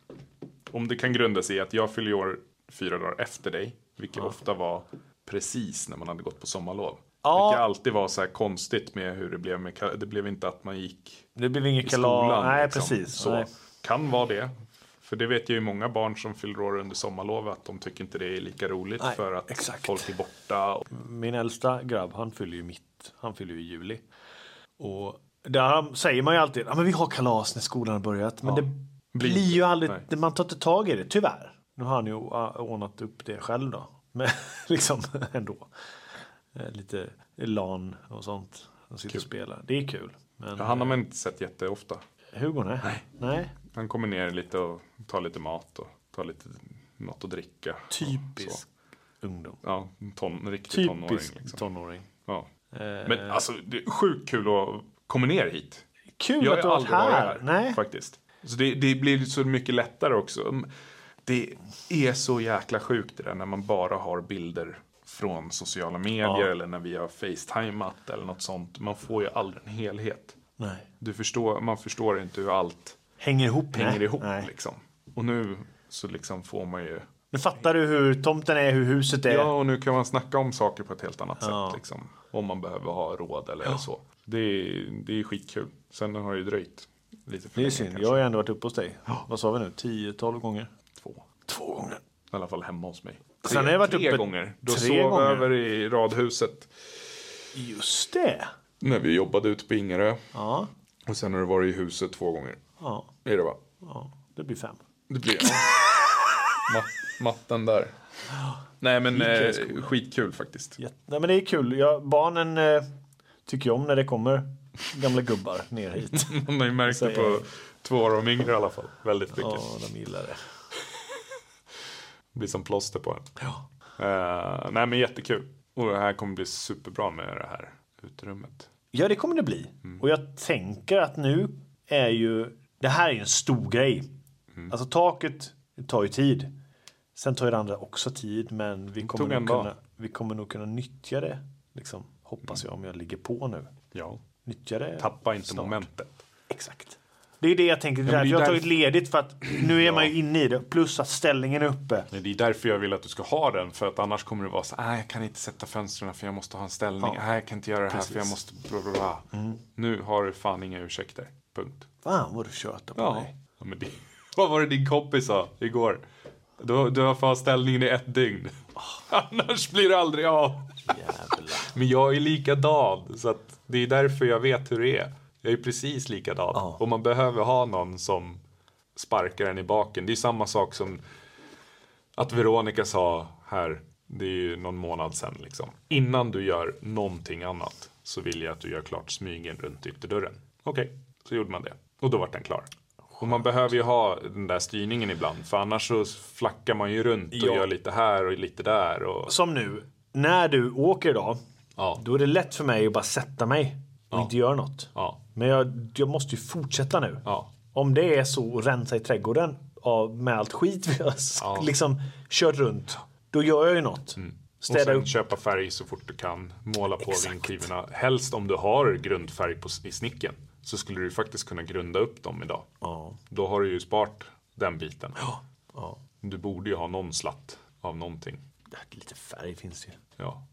Om det kan grunda sig i att jag fyller ju år fyra dagar efter dig. Vilket ofta var precis när man hade gått på sommarlov. Ja. Vilket alltid var så här konstigt med hur det blev med, ka- det blev inte att man gick Det blir inget i kalas. skolan. Nej, liksom. precis. Så Nej. kan vara det. För det vet jag ju många barn som fyller år under sommarlov att de tycker inte det är lika roligt Nej, för att exakt. folk är borta. Och Min äldsta grabb, han fyller ju mitt. Han fyller ju i juli. Och där säger man ju alltid, ja men vi har kalas när skolan har börjat. Men det blir, Blir ju aldrig, Nej. man tar inte tag i det, tyvärr. Nu har han ju å- ordnat upp det själv då. Men liksom ändå. Eh, Lite LAN och sånt. De sitter och spelar. Det är kul. Men han har man inte sett jätteofta. Hugo, nej. Nej. Han kommer ner lite och tar lite mat och tar lite något att dricka. och Typisk så. ungdom. Ja, ton, riktig tonåring. Typisk Liksom. tonåring. Ja. Eh, Men alltså, det är sjukt kul att komma ner hit. kul Jag har att du ju har varit aldrig här. varit här Nej. faktiskt. Så det, det blir så mycket lättare också. Mm, Det är så jäkla sjukt det där när man bara har bilder från sociala medier eller när vi har facetimat eller något sånt. Man får ju aldrig en helhet. Nej. Du förstår, man förstår inte hur allt Hänger ihop. hänger nej. ihop Nej. liksom. Och nu så liksom får man ju Nu fattar du hur tomten är, hur huset är. Ja, och nu kan man snacka om saker på ett helt annat sätt. Liksom, om man behöver ha råd eller så. Det är, det är skitkul. Sen har det ju dröjt lite för Det är länge synd. Jag kanske. har ju ändå varit uppe hos dig. Vad sa vi nu? 10-12 gånger? Två. Två gånger. I alla fall hemma hos mig. Sen har jag varit tre uppe gånger. Då tre sov jag gånger. över i radhuset. Just det. När vi jobbade ute på Ingarö. Ja, Och sen har du varit i huset två gånger. ja, Är det va? ja. det blir fem. Det blir Ma- Matten där. Nej men eh, skitkul faktiskt. Jätte- Nej, men det är kul. Jag, barnen eh, tycker ju om när det kommer gamla gubbar ner hit. Man har ju märkt det på två av de yngre i alla fall. Väldigt mycket. Ja, de gillar det. blir som plåster på en. Eh, nej men jättekul. Och det här kommer bli superbra med det här utrymmet. Ja, det kommer det bli. Mm. Och jag tänker att nu är ju... Det här är ju en stor grej. Mm. Alltså taket det tar ju tid. Sen tar ju det andra också tid, men vi kommer, tog en nog dag. kunna, vi kommer nog kunna nyttja det. Liksom, hoppas jag om jag ligger på nu. Ja. Nyttja det. Tappa inte snart. momentet. Exakt. Det är det jag tänker. Det är men därför det är jag har därför- tagit ledigt för att nu är man ju inne i det. Plus att ställningen är uppe. Nej, Det är därför jag vill att du ska ha den. För att annars kommer det vara så här. Jag kan inte sätta fönstren för jag måste ha en ställning. Nej, jag kan inte göra det här för jag måste... Bla, bla, bla. Nu har du fan inga ursäkter. Punkt. Fan vad du tjötar på Ja. mig. ja men det, vad var det din kompis sa igår? Du, du har fan ställningen i ett dygn. Annars blir det aldrig av. Jävlar. Men jag är likadan, så att det är därför jag vet hur det är. Jag är precis likadan. Och man behöver ha någon som sparkar en i baken. Det är samma sak som att Veronica sa här, det är ju någon månad sedan liksom. Innan du gör någonting annat så vill jag att du gör klart smygen runt ytterdörren. Okej, så gjorde man det. Och då var den klar. Och man behöver ju ha den där styrningen ibland, för annars så flackar man ju runt och Ja. gör lite här och lite där. Och... Som nu, när du åker idag. Ja. Då är det lätt för mig att bara sätta mig och inte göra något. Ja. Men jag, jag måste ju fortsätta nu. Ja. Om det är så att rensa i trädgården av, med allt skit vi har Ja. Mm. liksom kört runt. Då gör jag ju något. Och Städa sen upp. köpa färg så fort du kan. Måla på Exakt. vindskivorna. Helst om du har grundfärg på, i snicken. Så skulle du faktiskt kunna grunda upp dem idag. Ja. Då har du ju sparat den biten. Ja. Du borde ju ha någon slatt av någonting. Lite färg finns ju. Ja.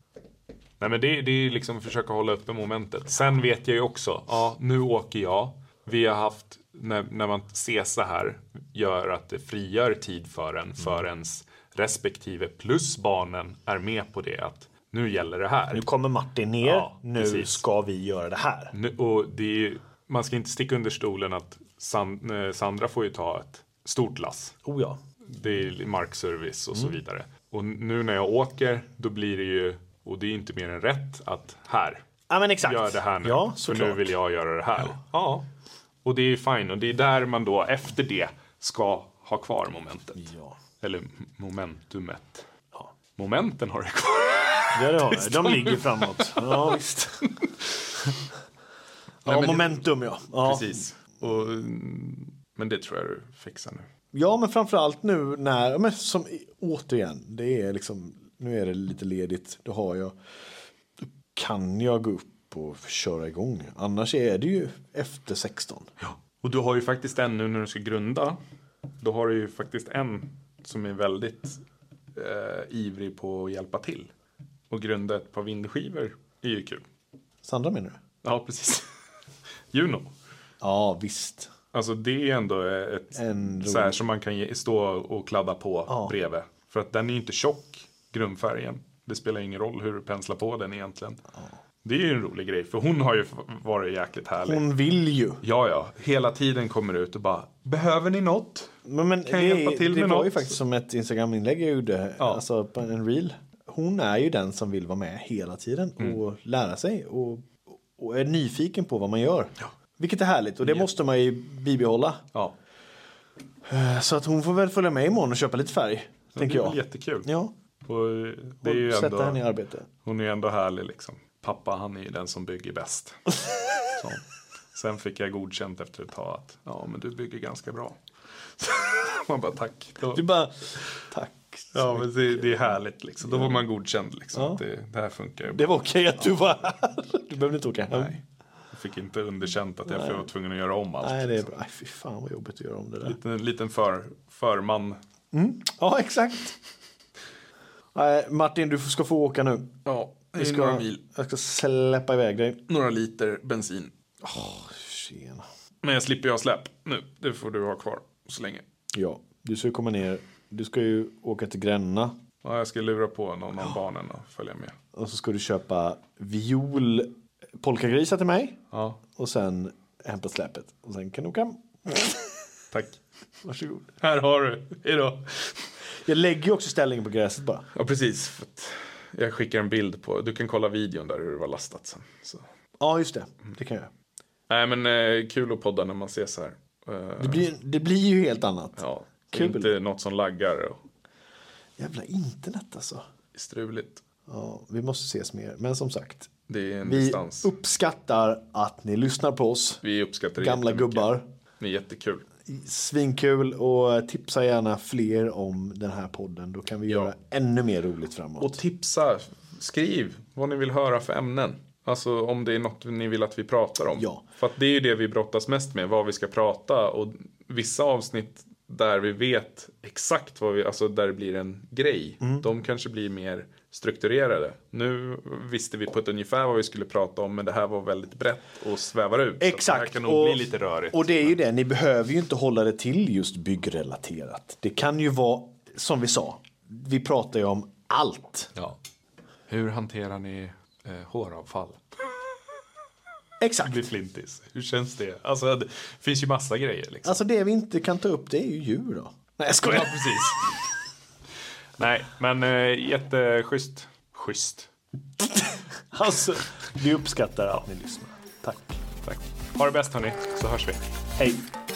Nej men det, det är ju liksom försöka hålla uppe momentet. Sen vet jag ju också, ja nu åker jag. Vi har haft, när, när man ses så här, gör att det frigör tid för en, för ens respektive plus barnen är med på det att nu gäller det här. Nu kommer Martin ner. Ja, nu precis. ska vi göra det här. Nu, och det är, ju- man ska inte sticka under stolen att San, eh, Sandra får ju ta ett stort lass. Oh ja. Det är markservice och så vidare. Och nu när jag åker, då blir det ju, och det är inte mer än rätt, att här, Ja men exakt. gör det här nu. Ja, för nu såklart. vill jag göra det här. Ja. Och det är ju fine. Och det är där man då efter det ska ha kvar momentet. Ja. Eller momentumet. Ja. Momenten har du kvar. Ja, det har jag. De ligger framåt. Ja, visst. Ja, men- momentum ja. ja. Precis. Och, mm, men det tror jag du fixar nu. Ja, men framförallt nu när, men som i- återigen, det är liksom, nu är det lite ledigt, då har jag, då kan jag gå upp och köra igång. Annars är det ju efter 16. Och du har ju faktiskt en nu när du ska grunda. Då har du ju faktiskt en som är väldigt eh, ivrig på att hjälpa till. Och grunda ett par vindskivor är ju kul. Sandra menar du? Ja, precis. Juno. Ja, visst. Alltså det är ändå ett En så här som man kan ge, stå och kladda på bredvid. För att den är ju inte tjock, grundfärgen. Det spelar ingen roll hur du penslar på den egentligen. Det är ju en rolig grej, för hon har ju f- varit jäkligt härlig. Hon vill ju. Ja, ja. Hela tiden kommer ut och bara, behöver ni något? Men, men Kan det, jag hjälpa till det med var något? ju faktiskt som ett Instagram-inlägg jag gjorde, alltså på en reel. Hon är ju den som vill vara med hela tiden Mm. och lära sig och, och är nyfiken på vad man gör. Vilket är härligt och det måste man ju bibehålla. Eh, Ja, Så att hon får väl följa med imorgon och köpa lite färg, tänker det är väl jag. jättekul. Ja, Och eh, det är ju sätta ändå, henne i arbete. hon är ju ändå härlig liksom. Pappa han är ju den som bygger bäst. Så. Sen fick jag godkänt efter ett tag att ja, men du bygger ganska bra. man bara tack. Då, Du bara, tack. ja, men det, det är härligt liksom. Då var man godkänd liksom. Ja. Det, det här funkar ju. Det var okej att du var här. Du behövde inte åka hem. Nej. Jag fick inte underkänt att jag var tvungen att göra om allt. Nej, det är bra. Aj, fy fan vad jobbigt att göra om det där. En liten för, förman. Ja, exakt. Nej, Martin, du ska få åka nu. Ja, det Jag är ska, några mil, jag ska släppa iväg dig. några liter bensin. Tjena. Men jag slipper ju ha släp nu. Det får du ha kvar så länge. Ja, du ska ju komma ner. Du ska ju åka till Gränna. Ja, jag ska lura på någon av barnen och följa med. Och så ska du köpa viol polkagrisar till mig. Ja, Och sen hämta släpet. Och sen kan du åka hem. tack. Varsågod. Här har du. Hejdå. Jag lägger ju också ställningen på gräset bara. Ja, precis. För att jag skickar en bild på, du kan kolla videon där hur det var lastat sen. Så. Ja, just det. Det kan jag. göra. Nej, men eh, kul att podda när man ses här. Eh, Det blir, det blir ju helt annat. ja, Kul. kul. Inte något som laggar och Jävla internet alltså. är struligt. Ja, vi måste ses mer. Men som sagt, Det är en vi Mm, distans. uppskattar att ni lyssnar på oss. Vi uppskattar det Gamla jättemycket. gubbar. Det är jättekul. Svinkul och tipsa gärna fler om den här podden. Då kan vi göra ännu mer roligt framåt. Och tipsa, skriv vad ni vill höra för ämnen. Alltså om det är något ni vill att vi pratar om. Ja. För att det är ju det vi brottas mest med, vad vi ska prata. Och vissa avsnitt där vi vet exakt vad vi, alltså där det blir en grej. Mm. De kanske blir mer strukturerade. Nu visste vi på ett ungefär vad vi skulle prata om men det här var väldigt brett och svävar ut. Så Det här Exakt. kan nog bli lite rörigt. Och det är ju det, ni behöver ju inte hålla det till just byggrelaterat. Det kan ju vara, som vi sa, vi pratar ju om allt. ja. Hur hanterar ni eh, håravfall? Exakt. Blir flintis. Hur känns det? Alltså det finns ju massa grejer liksom. Alltså det vi inte kan ta upp det är ju djur då. Nej jag skojar. Ja, precis. Nej, men eh, jätteschysst. Schysst. Alltså, vi uppskattar att ni lyssnar. Tack. Tack. Ha det bäst hörni, så hörs vi. Hej.